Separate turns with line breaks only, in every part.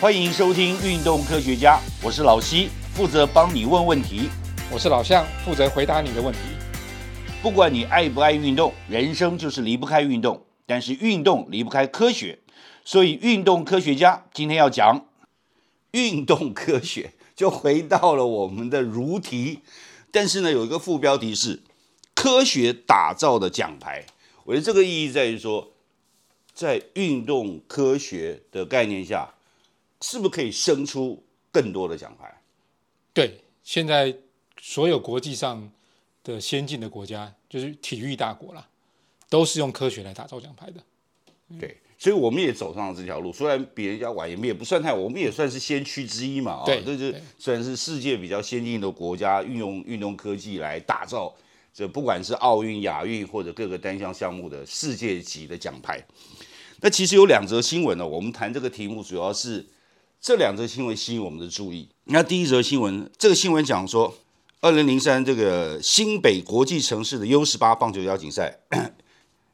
欢迎收听《运动科学家》，我是老西，负责帮你问问题。
我是老向，负责回答你的问题。
不管你爱不爱运动，人生就是离不开运动，但是运动离不开科学，所以运动科学家今天要讲运动科学，就回到了我们的如题，但是呢，有一个副标题是“科学打造的奖牌”，我觉得这个意义在于说，在运动科学的概念下，是不是可以生出更多的奖牌？
对，现在所有国际上的先进的国家，就是体育大国啦，都是用科学来打造奖牌的。嗯
对，所以我们也走上了这条路。虽然比人家晚，我们也不算太晚，我们也算是先驱之一嘛。啊、
对
这就是
对
虽然是世界比较先进的国家，运用运动科技来打造这不管是奥运、亚运或者各个单项项目的世界级的奖牌。那其实有两则新闻呢、我们谈这个题目主要是这两则新闻吸引我们的注意。那第一则新闻，这个新闻讲说，二零零三这个新北国际城市的 U 十八棒球邀请赛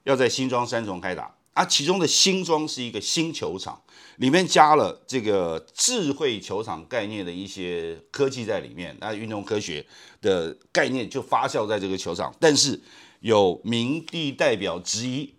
要在新庄三重开打啊，其中的新庄是一个新球场，里面加了这个智慧球场概念的一些科技在里面，那运动科学的概念就发酵在这个球场，但是有民地代表质疑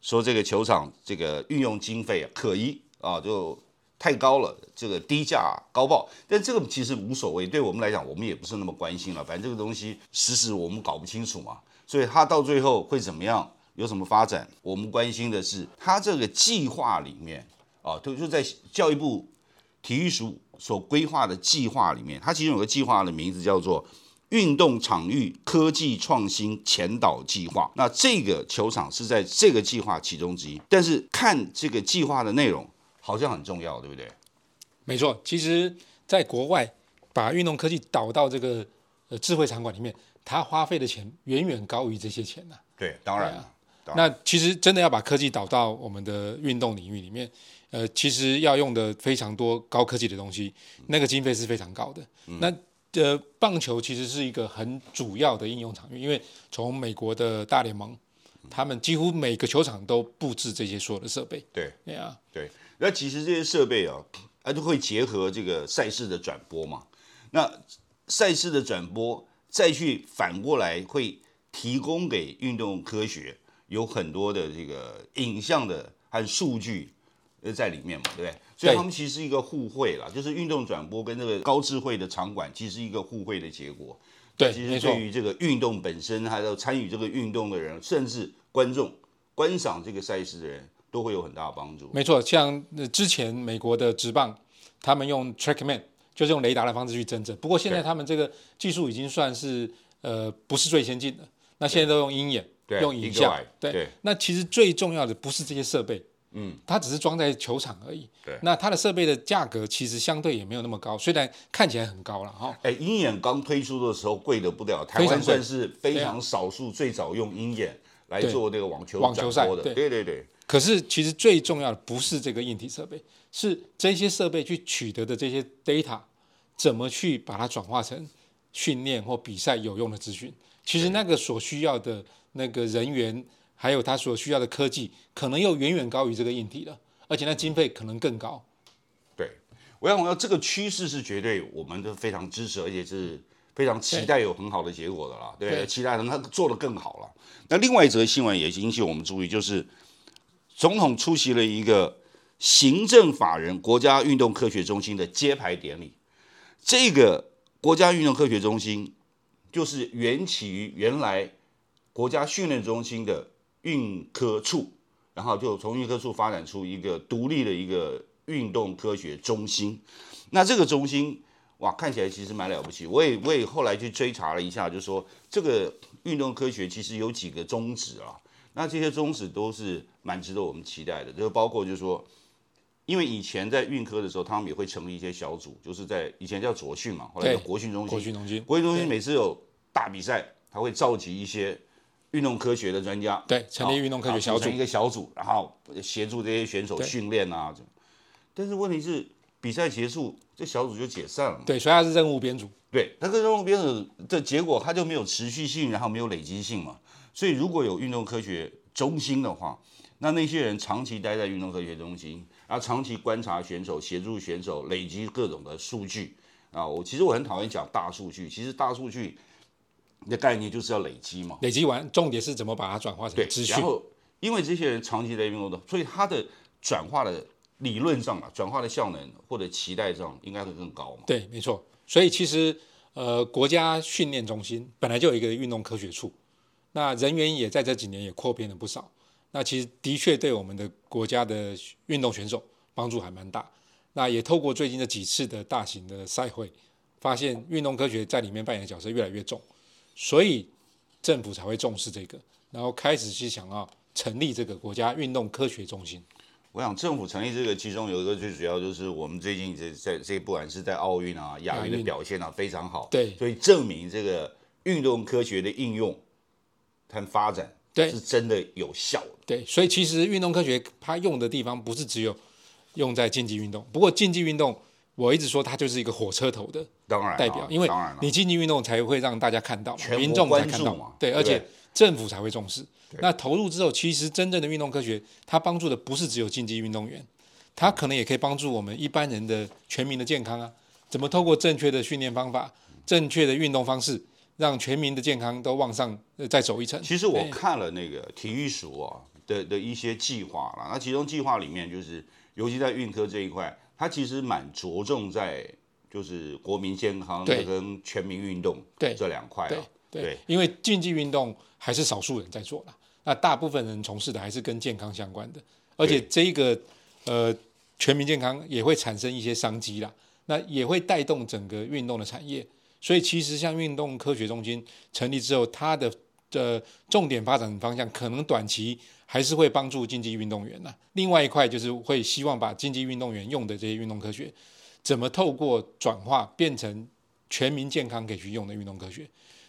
说这个球场这个运用经费啊可疑啊，就太高了，这个低价高报，但这个其实无所谓，对我们来讲，我们也不是那么关心了。反正这个东西时时我们搞不清楚嘛，所以它到最后会怎么样，有什么发展，我们关心的是它这个计划里面啊，就就在教育部体育署所规划的计划里面，它其中有个计划的名字叫做。运动场域科技创新前导计划，那这个球场是在这个计划其中之一。但是看这个计划的内容，好像很重要，对不对？
没错，其实在国外把运动科技导到这个呃智慧场馆里面，它花费的钱远远高于这些钱呐、
对，当然
对啊
了，当
那其实真的要把科技导到我们的运动领域里面，呃，其实要用的非常多高科技的东西，
嗯
那个经费是非常高的。那呃，棒球其实是一个很主要的应用场域，因为从美国的大联盟，
嗯
他们几乎每个球场都布置这些所有的设备。
对
对啊，
对。那其实这些设备啊，它就会结合这个赛事的转播嘛。那赛事的转播再去反过来会提供给运动科学有很多的这个影像的和数据呃在里面嘛，对不对？所以
对
他们其实是一个互惠啦，就是运动转播跟这个高智慧的场馆其实是一个互惠的结果。
对，
其
没
实
错
对，于这个运动本身，还有参与这个运动的人，甚至观众观赏这个赛事的人，都会有很大的帮助。
没错。像呃之前美国的职棒，他们用 TrackMan，就是用雷达的方式去侦测。不过现在
对
他们这个技术已经算是呃不是最先进的，那现在都用鹰眼。
对，
用影像
Eagle Eye，，对，
那其实最重要的不是这些设备，嗯，它只是装在球场而已。
对
那它的设备的价格其实相对也没有那么高，虽然看起来很高了哈。
哎，鹰眼刚推出的时候贵的不得了，台
非常
湾
贵
算是非
对啊
常少数最早用鹰眼来
对
做这个网球
网
转
球赛
播的。
对
对对对，
可是其实最重要的不是这个硬体设备，是这些设备去取得的这些 data，怎么去把它转化成训练或比赛有用的资讯。其实那个所需要的那个人员，还有他所需要的科技，可能又远远高于这个硬体了，而且那经费可能更高。
对，我想，我要这个趋势是绝对我们都非常支持，而且是非常期待有很好的结果的啦。对，
对
期待能他做得更好了。那另外一则新闻也引起我们注意，就是总统出席了一个行政法人国家运动科学中心的揭牌典礼。这个国家运动科学中心就是缘起于原来国家训练中心的运科处，然后就从运科处发展出一个独立的一个运动科学中心。那这个中心哇，看起来其实蛮了不起。我也我也后来去追查了一下，就说这个运动科学其实有几个宗旨啊。那这些宗旨都是蛮值得我们期待的，就包括就是说，因为以前在运科的时候，他们也会成立一些小组，就是在以前叫左训嘛，后来叫
对
国训中心
国，军中心，
国际中心每次有大比赛，他会召集一些运动科学的专家，
对，成立运动科
啊
学小
组
组
成一。个小组，然后协助这些选手
对
训练啊。这但是问题是，比赛结束，这小组就解散了嘛。
对，所以它是任务编组。
对，那个任务编组的结果，它就没有持续性，然后没有累积性嘛。所以如果有运动科学中心的话，那那些人长期待在运动科学中心，然后长期观察选手，协助选手累积各种的数据啊。我其实我很讨厌讲大数据，其实大数据的概念就是要累积嘛。
累积完，重点是怎么把它转化成
对，
资讯
然。后因为这些人长期在运动的，所以他的转化的理论上啊，转化的效能或者期待上应该会更高嘛。
对，没错。所以其实呃，国家训练中心本来就有一个运动科学处，那人员也在这几年也扩编了不少。那其实的确对我们的国家的运动选手帮助还蛮大。那也透过最近这几次的大型的赛会，发现运动科学在里面扮演的角色越来越重，所以政府才会重视这个，然后开始去想要成立这个国家运动科学中心。
我想政府成立这个，其中有一个最主要就是我们最近这在这不管是在奥运啊、亚运的
亚运
表现啊非常好，
对
所以证明这个运动科学的应用和发展
对
是真的有效的。
对，所以其实运动科学它用的地方不是只有用在竞技运动，不过竞技运动我一直说它就是一个火车头的
当然啊、
代表，因为
当然了、
你竞技运动才会让大家看到嘛，
全国
民众才看到
关注嘛
对，
对
而
不对
且政府才会重视。那投入之后，其实真正的运动科学，它帮助的不是只有竞技运动员，它可能也可以帮助我们一般人的全民的健康啊。怎么透过正确的训练方法、正确的运动方式，让全民的健康都往上呃再走一层？
其实我看了那个体育署啊的的一些计划啦，那其中计划里面就是，尤其在运科这一块，它其实蛮着重在就是国民健康
对
跟全民运动
对
这两块啊。
对
对
因为竞技运动还是少数人在做啦，那大部分人从事的还是跟健康相关的，而且这一个呃全民健康也会产生一些商机啦，那也会带动整个运动的产业。所以其实像运动科学中心成立之后，它的呃重点发展方向可能短期还是会帮助竞技运动员呐。另外一块就是会希望把竞技运动员用的这些运动科学，怎么透过转化变成全民健康可以去用的运动科学。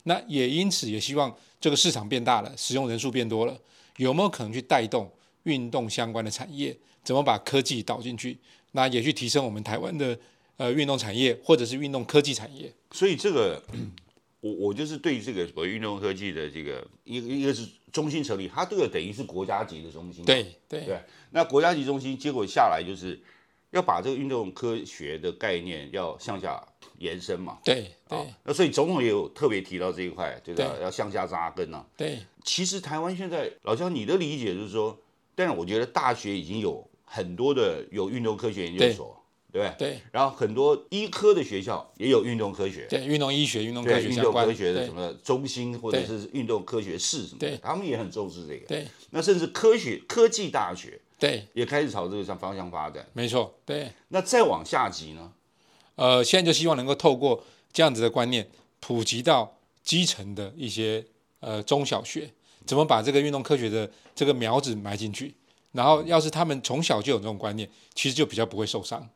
那也因此也希望这个市场变大了，使用人数变多了，有没有可能去带动运动相关的产业？怎么把科技导进去？那也去提升我们台湾的呃运动产业或者是运动科技产业？
所以这个， 我我就是对这个所谓运动科技的这个一个一个是中心成立，它这个等于是国家级的中心。
对对
对，那国家级中心结果下来就是要把这个运动科学的概念要向下延伸嘛。
对
啊
对，
那所以总统也有特别提到这一块，对吧？
对
要向下扎根啊。
对
其实台湾现在，老姜，你的理解就是说，但是我觉得大学已经有很多的有运动科学研究所，对不对？
对
然后很多医科的学校也有运动科学，
对，运动医学、运动科
对
学
运
相
动
关
科学的
对
什么中心或者
对
是运动科学室什么的
对，
他们也很重视这个。
对
那甚至科学科技大学
对，
也开始朝这个上方向发展。
没错，对。
那再往下级呢？
呃，现在就希望能够透过这样子的观念普及到基层的一些呃中小学，怎么把这个运动科学的这个苗子埋进去，然后要是他们从小就有这种观念，其实就比较不会受伤。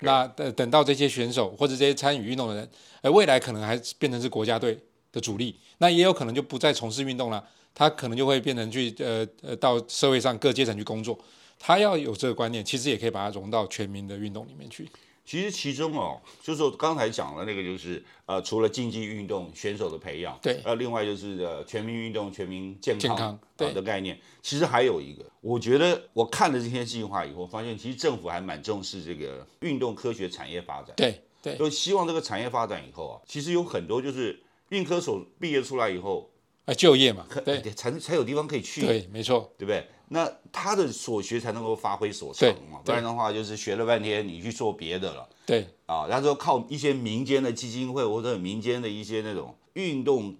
那等等到这些选手或者这些参与运动的人，呃，未来可能还是变成是国家队的主力，那也有可能就不再从事运动了，他可能就会变成去呃呃到社会上各阶层去工作。他要有这个观念，其实也可以把它融到全民的运动里面去。
其实其中哦，就是我刚才讲的那个，就是呃，除了竞技运动选手的培养，
对
呃，另外就是呃，全民运动、全民健康
健康
啊
对
的概念，其实还有一个，我觉得我看了这些计划以后，发现其实政府还蛮重视这个运动科学产业发展，
对对
就希望这个产业发展以后啊，其实有很多就是运科所毕业出来以后，
啊，就业嘛，对
才才有地方可以去，
对，没错，
对不对？那他的所学才能够发挥所长嘛，
对对
不然的话就是学了半天，你去做别的了。
对
啊，然后说靠一些民间的基金会或者民间的一些那种运动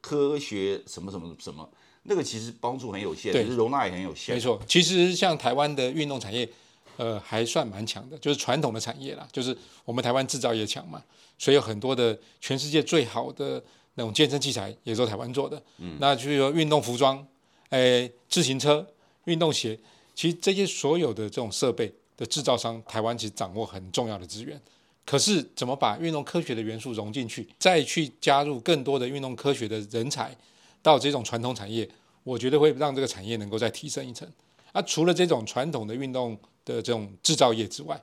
科学什么什么什么，那个其实帮助很有限，
对
可是容纳也很有限
没。错。其实像台湾的运动产业，呃，还算蛮强的，就是传统的产业啦，就是我们台湾制造业强嘛，所以有很多的全世界最好的那种健身器材也都台湾做的。嗯，那就是说运动服装，诶、自行车、运动鞋，其实这些所有的这种设备的制造商，台湾其实掌握很重要的资源。可是怎么把运动科学的元素融进去，再去加入更多的运动科学的人才到这种传统产业，我觉得会让这个产业能够再提升一层。啊，除了这种传统的运动的这种制造业之外，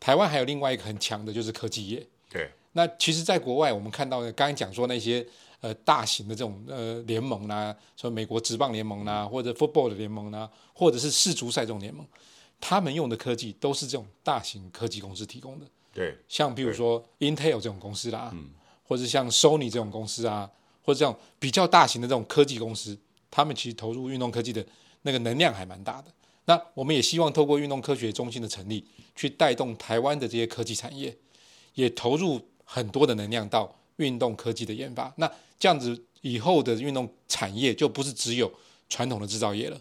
台湾还有另外一个很强的就是科技业。
对，
那其实，在国外我们看到呢，刚才讲说那些呃大型的这种呃联盟啦、说美国职棒联盟啦、啊或者 football 的联盟啦、啊或者是世足赛这种联盟，他们用的科技都是这种大型科技公司提供的。
对，
像比如说 Intel 这种公司啦，或者像 Sony 这种公司啊，或者这种比较大型的这种科技公司，他们其实投入运动科技的那个能量还蛮大的。那我们也希望透过运动科学中心的成立，去带动台湾的这些科技产业，也投入很多的能量到运动科技的研发。那这样子以后的运动产业就不是只有传统的制造业了，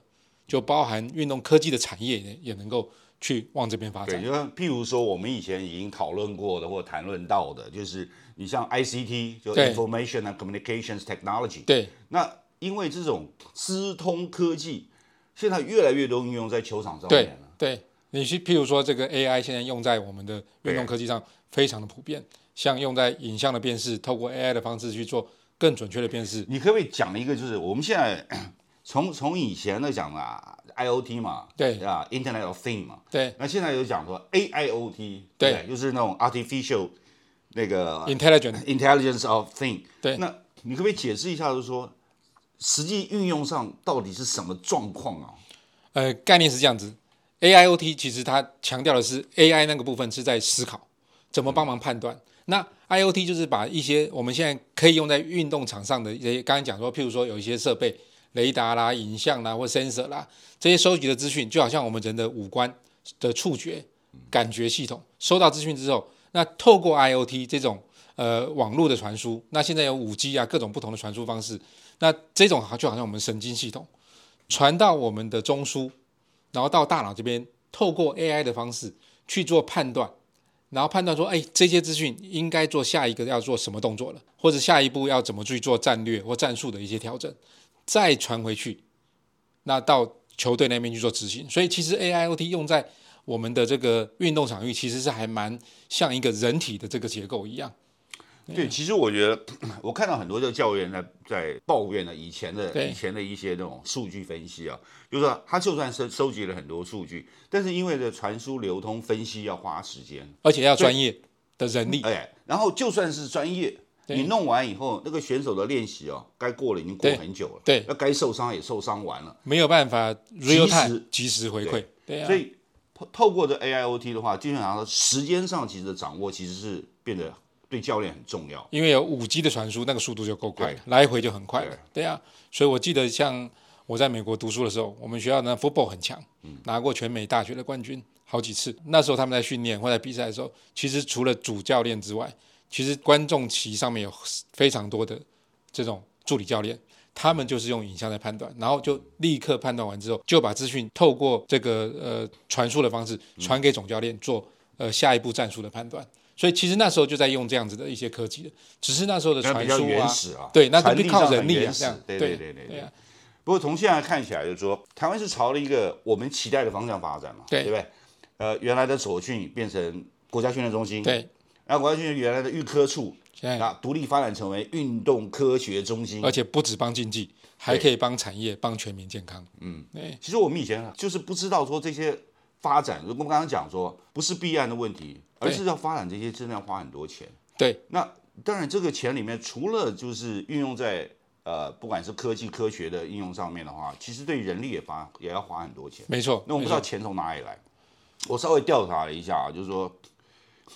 就包含运动科技的产业也也能够去往这边发
对，
展。
就像譬如说，我们以前已经讨论过的或谈论到的，就是你像 ICT，就
对
Information and Communications Technology，
对，
那因为这种资通科技，现在越来越多应用在球场上面
对
了。
对，你去譬如说这个 AI 现在用在我们的运动科技上非常的普遍，像用在影像的辨识，透过 AI 的方式去做更准确的辨识。
你可不可以讲一个，就是我们现在从从以前的讲啊，IOT 嘛，
对
啊，Internet of Thing 嘛，
对
那现在有讲说 AIOT，
对
不就是那种 artificial 那个
，intelligent
intelligence of thing。
对
那你可不可以解释一下，就是说实际运用上到底是什么状况啊？
呃概念是这样子，AIoT 其实它强调的是 AI 那个部分是在思考怎么帮忙判断。那 IoT 就是把一些我们现在可以用在运动场上的一些，刚才讲说，譬如说有一些设备，雷达啦、影像啦或 sensor 啦，这些收集的资讯，就好像我们人的五官的触觉、感觉系统收到资讯之后，那透过 IoT 这种呃网络的传输，那现在有五 G 啊各种不同的传输方式，那这种好就好像我们神经系统传到我们的中枢，然后到大脑这边，透过 AI 的方式去做判断，然后判断说，哎，这些资讯应该做下一个要做什么动作了，或者下一步要怎么去做战略或战术的一些调整，再传回去，那到球队那边去做执行。所以其实 AIoT 用在我们的这个运动场域，其实是还蛮像一个人体的这个结构一样。
对，
啊
其实我觉得我看到很多的教练在在抱怨呢，以前的
对
以前的一些那种数据分析啊，就是说他就算收收集了很多数据，但是因为的传输、流通、分析要花时间，
而且要专业的人力，
哎，然后就算是专业。
对
你弄完以后，那个选手的练习哦，该过了已经过
对
很久了，
对
那该受伤也受伤完了，
没有办法 real time
时
及时回馈。对啊，
所以透透过这 AIoT 的话，基本上时间上其实的掌握其实是变得对教练很重要。
因为有五 G 的传输，那个速度就够快
对
了，来回就很快了。对啊，所以我记得像我在美国读书的时候，我们学校呢 football 很强，拿过全美大学的冠军好几次。那时候他们在训练或在比赛的时候，其实除了主教练之外，其实观众席上面有非常多的这种助理教练。他们就是用影像在判断，然后就立刻判断完之后，就把资讯透过这个呃传输的方式传给总教练做呃下一步战术的判断。所以其实那时候就在用这样子的一些科技了，只是那时候的
那
传
比较
输
原
啊，
始啊
对，那
传
就
递上
靠
很
人力
原
啊，
始
这样
对
对
对对对
啊，
不过从现在看起来，就是说台湾是朝了一个我们期待的方向发展嘛，
对
不对？呃，原来的所训变成国家训练中心，，
对，
然后国家训练原来的预科处，
现在
那独立发展成为运动科学中心
而。且不止帮竞技，还可以帮产业、帮全民健康。
其实我们以前就是不知道说这些发展，我们刚刚讲说不是必然的问题，而
对
是要发展这些真的要花很多钱。
对，
那当然，这个钱里面除了就是运用在呃，不管是科技科学的应用上面的话，其实对人力也花也要花很多钱。
没错。
那我不知道钱从哪里来，我稍微调查了一下啊，就是说，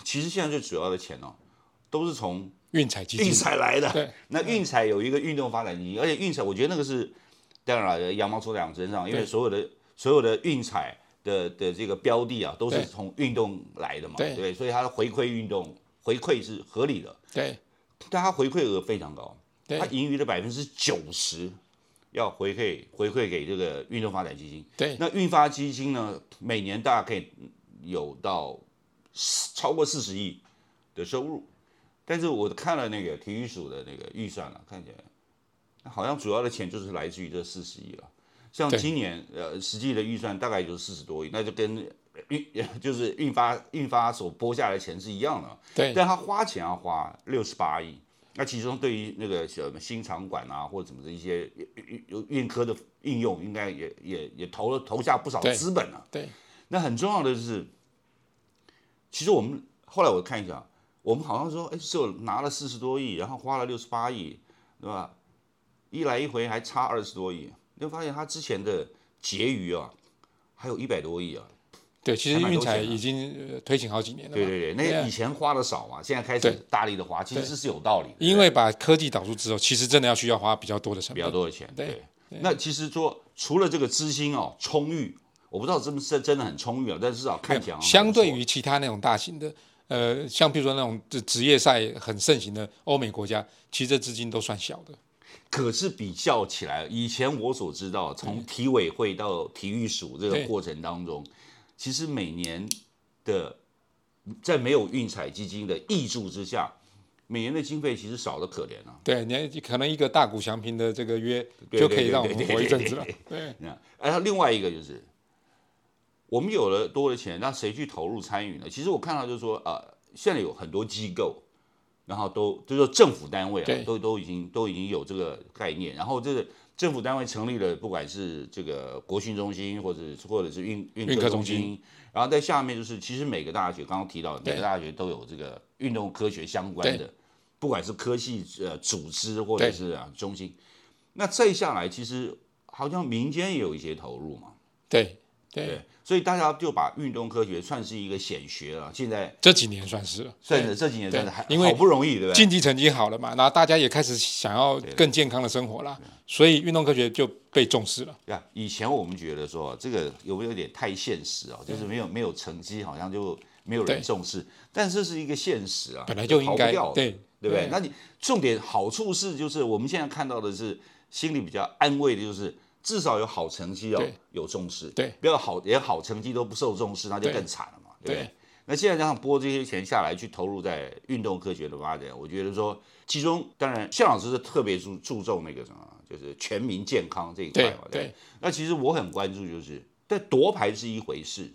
其实现在最主要的钱哦，都是从
运彩基
运
金，
彩来的
对。
那运彩有一个运动发展基金，而且运彩我觉得那个是，当然了，羊毛出在羊身上，因为
对
所有的所有的运彩的的这个标的啊，都是
对
从运动来的嘛，
对
对，所以它的回馈运动回馈是合理的，
对
但它回馈额非常高，
对
它盈余的百分之九十要回馈回馈给这个运动发展基金。
对
那运发基金呢，每年大概可以有到四超过四十亿的收入，但是我看了那个体育署的那个预算了、看起来那好像主要的钱就是来自于这四十亿了。像
对
今年呃实际的预算大概也就是四十多亿，那就跟运 就是运发运发所拨下来的钱是一样的。
对
但他花钱要花六十八亿，那其中对于那个什么新场馆啊，或者什么的一些运运运科的应用，应该也也也投了投下不少
对
资本啊。
对
那很重要的就是，其实我们后来我看一下，我们好像说，哎，只有拿了四十多亿，然后花了六十八亿，对吧？一来一回还差二十多亿，你会发现它之前的结余啊，还有一百多亿啊。
对，其实
还蛮
运
多钱
彩
的
已经呃推行好几年了嘛。
对对对，那以前花的少嘛，现在开始
啊对
大力的花，其实是有道理的。
因为把科技导入之后，其实真的要需要花比较多的成
比
本
较。多的钱。
对
对，那其实说除了这个资金哦充裕，我不知道真不是真的很充裕啊，但是至少看起来好像
相对
不错
于其他那种大型的，呃，像比如说那种职职业赛很盛行的欧美国家，其实这资金都算小的。
可是比较起来，以前我所知道，从体委会到体育署这个
对
过程当中，其实每年的在没有运彩基金的益助之下，每年的经费其实少的可怜啊。
对，你可能一个大股祥平的这个约
对
就可以
对
让我
对
们
对
活一
对
阵
对
子了
对。
对
那然后哎另外一个就是，我们有了多的钱，那谁去投入参与呢？其实我看到就是说，呃，现在有很多机构，然后都就是说政府单位啊
对，
都都已经都已经有这个概念，然后这个政府单位成立了，不管是这个国训中心，或者是或者是运
运
运科
科中
中
心
心，然后在下面就是，其实每个大学刚刚提到，
对
每个大学都有这个运动科学相关
对
的，不管是科系呃组织或
对
者是啊中心，那再下来其实好像民间也有一些投入嘛，
对对，
对，所以大家就把运动科学算是一个显学了，现在
这几年算是了。
算是这几年算是
对
还
因为
好不容易，对不对？
竞技成绩好了嘛，然后大家也开始想要更健康的生活啦，所以运动科学就被重视了。
对啊，以前我们觉得说这个有没有点太现实啊，就是没有没有成绩，好像就没有
对
人重视，但这是一个现实啊，
本来就应该
逃不掉的
对
对不对？那你重点好处是，就是我们现在看到的是心里比较安慰的，就是至少有好成绩哦
对，
有重视，
对，
不要好连好成绩都不受重视，那就
对
更惨了嘛，对不
对
对？那现在加上拨这些钱下来去投入在运动科学的发展，我觉得说，其中当然向老师是特别注注重那个什么，就是全民健康这一块
对
嘛，对不对
对，
那其实我很关注，就是但夺牌是一回事，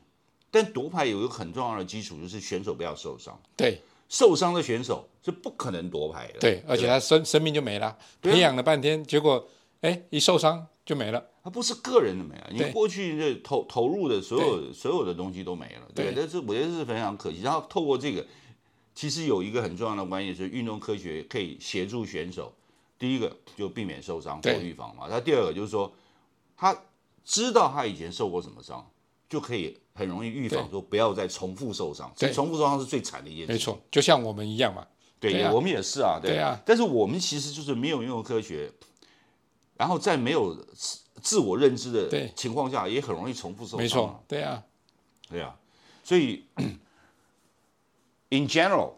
但夺牌有一个很重要的基础，就是选手不要受伤。
对
受伤的选手是不可能夺牌的，
对，而且
吧
他生生命就没了，
啊
培养了半天，结果哎一受伤就没了。
它不是个人的没了，你
对
过去这投投入的所有所有的东西都没了，对不
对
对，但是我觉得是非常可惜。然后透过这个，其实有一个很重要的关键是，运动科学可以协助选手，第一个就避免受伤做
对
预防嘛，那第二个就是说，他知道他以前受过什么伤，就可以很容易预防
对
说不要再重复受伤，
对
所以重复受伤是最惨的一件事
没
情。
错，就像我们一样嘛。
对，
对啊
也我们也是啊，对
对啊。
但是我们其实就是没有运用科学，然后在没有自自我认知
对
的情况下，也很容易重复受伤。
没错，，对啊，
对啊。所以，in general，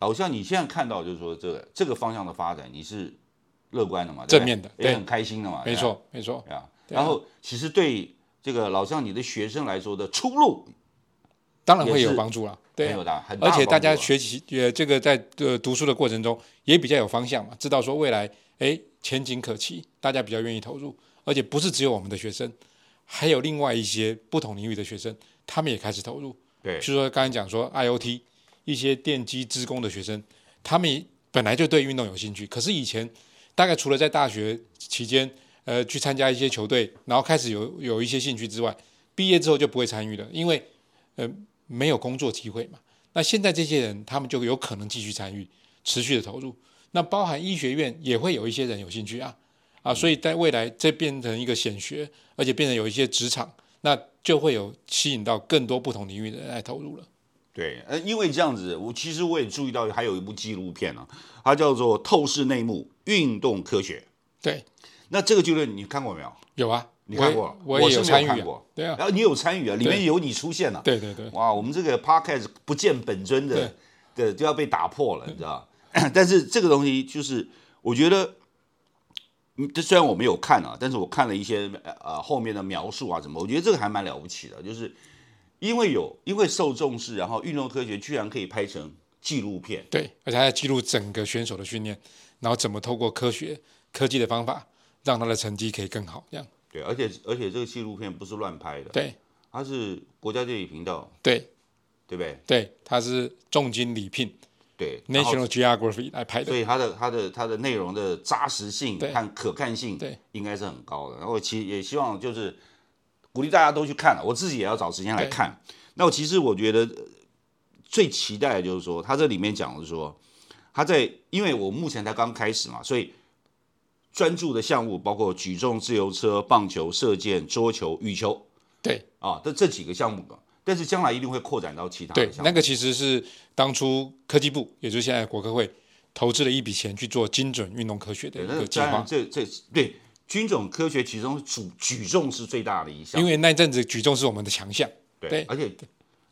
好像你现在看到就是说这个这个方向的发展，你是乐观的嘛？对不对
正面的
也
对
很开心的嘛？
没
对啊
错，没错，
对啊。
对啊
然后，其实对这个老向你的学生来说的出路
当然会
也
有
是
帮助啦。对
很
啊
有大，很大
而
的
且大家
帮助啊
学习呃，这个在呃读书的过程中也比较有方向嘛，知道说未来哎前景可期，大家比较愿意投入，而且不是只有我们的学生，还有另外一些不同领域的学生，他们也开始投入。
对
就是说刚才讲说 IOT 一些电机职工的学生，他们本来就对运动有兴趣，可是以前大概除了在大学期间呃去参加一些球队，然后开始有有一些兴趣之外，毕业之后就不会参与了，因为呃没有工作机会嘛。那现在这些人，他们就有可能继续参与，持续的投入。那包含医学院也会有一些人有兴趣啊，
嗯
啊，所以在未来这变成一个显学，而且变成有一些职场，那就会有吸引到更多不同领域的人来投入了。
对，呃，因为这样子，我其实我也注意到，还有一部纪录片啊，它叫做《透视内幕：运动科学》。
对，
那这个纪录片你看过没有？
有啊，
你
我
看
也
过
我
我
也
是
有
没有
参与、
看
啊
过，
对啊，
然后你有参与啊，里面有你出现了、
对对对，
哇，我们这个 podcast 不见本尊的的就要被打破了，你知道？ 但是这个东西就是，我觉得，嗯，这虽然我没有看啊，但是我看了一些呃呃后面的描述啊什么，我觉得这个还蛮了不起的，就是因为有因为受重视，然后运动科学居然可以拍成纪录片，
对，而且他在记录整个选手的训练，然后怎么透过科学科技的方法，让他的成绩可以更好，这样。
对，而且而且这个纪录片不是乱拍的，
对
它是国家地理频道，
对
对不对？
对，他是重金礼聘
对然后
National Geography 来拍的
所。以它的它的它的内容的扎实性
对
和可看性，
对，
应该是很高的。然后其也希望就是鼓励大家都去看了，我自己也要找时间来
对
看。那我其实我觉得呃最期待的就是说，它这里面讲的是说，它在因为我目前才刚开始嘛，所以专注的项目包括举重、自由车、棒球、射箭、桌球、羽球
对
啊，这这几个项目，但是将来一定会扩展到其他
对
的，项目。
那个其实是当初科技部，也就是现在的国科会投资了一笔钱去做精准运动科学的一
对，那
个计
当然
划。
这这对军种科学其中举举重是嗯最大的一项
因，为那一阵子举重是我们的强项，
对
对，
而且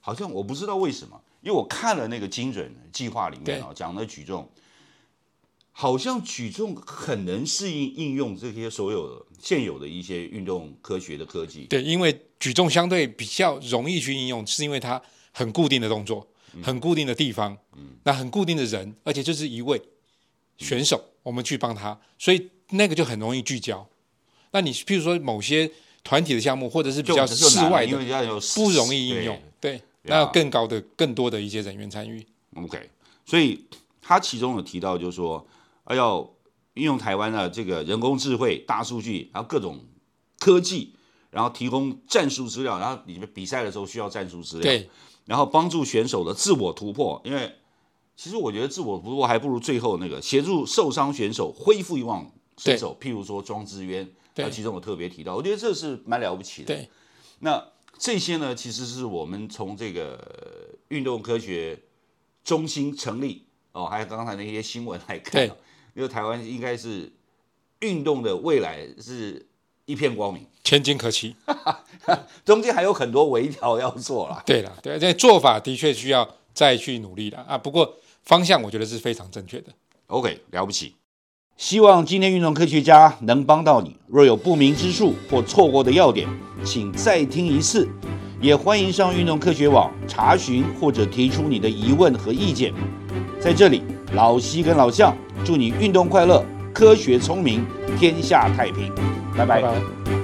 好像我不知道为什么，因为我看了那个精准计划里面啊、讲的举重，好像举重很能适应应用这些所有的现有的一些运动科学的科技。
对，因为举重相对比较容易去应用，是因为它很固定的动作，
嗯
很固定的地方，那很固定的人，而且就是一位
嗯
选手，我们去帮他，所以那个就很容易聚焦。那你譬如说某些团体的项目，或者是比
就
较
就
室
难了
外
因
的，
为要有
不容易应用
对。
对，
啊
那要更高的、更多的一些人员参与。
OK，所以他其中有提到，就是说，哎要运用台湾的这个人工智慧、大数据，然后各种科技，然后提供战术资料，然后你们比赛的时候需要战术资料，
对，
然后帮助选手的自我突破，因为其实我觉得自我突破还不如最后那个协助受伤选手恢复以往身手，譬如说庄智渊，
对
啊，其中我特别提到，我觉得这是蛮了不起的。
对，
那这些呢，其实是我们从这个呃运动科学中心成立哦，还有刚才那些新闻来看、啊
对，
因为台湾应该是运动的未来是一片光明，
前景可期。
中间还有很多微调要做啦。
对了，对，这做法的确需要再去努力了啊。不过方向我觉得是非常正确的。
OK，了不起。希望今天运动科学家能帮到你。若有不明之处或错过的要点，请再听一次。也欢迎上运动科学网查询或者提出你的疑问和意见。在这里，老西跟老向祝你运动快乐，科学聪明，天下太平。拜拜
拜拜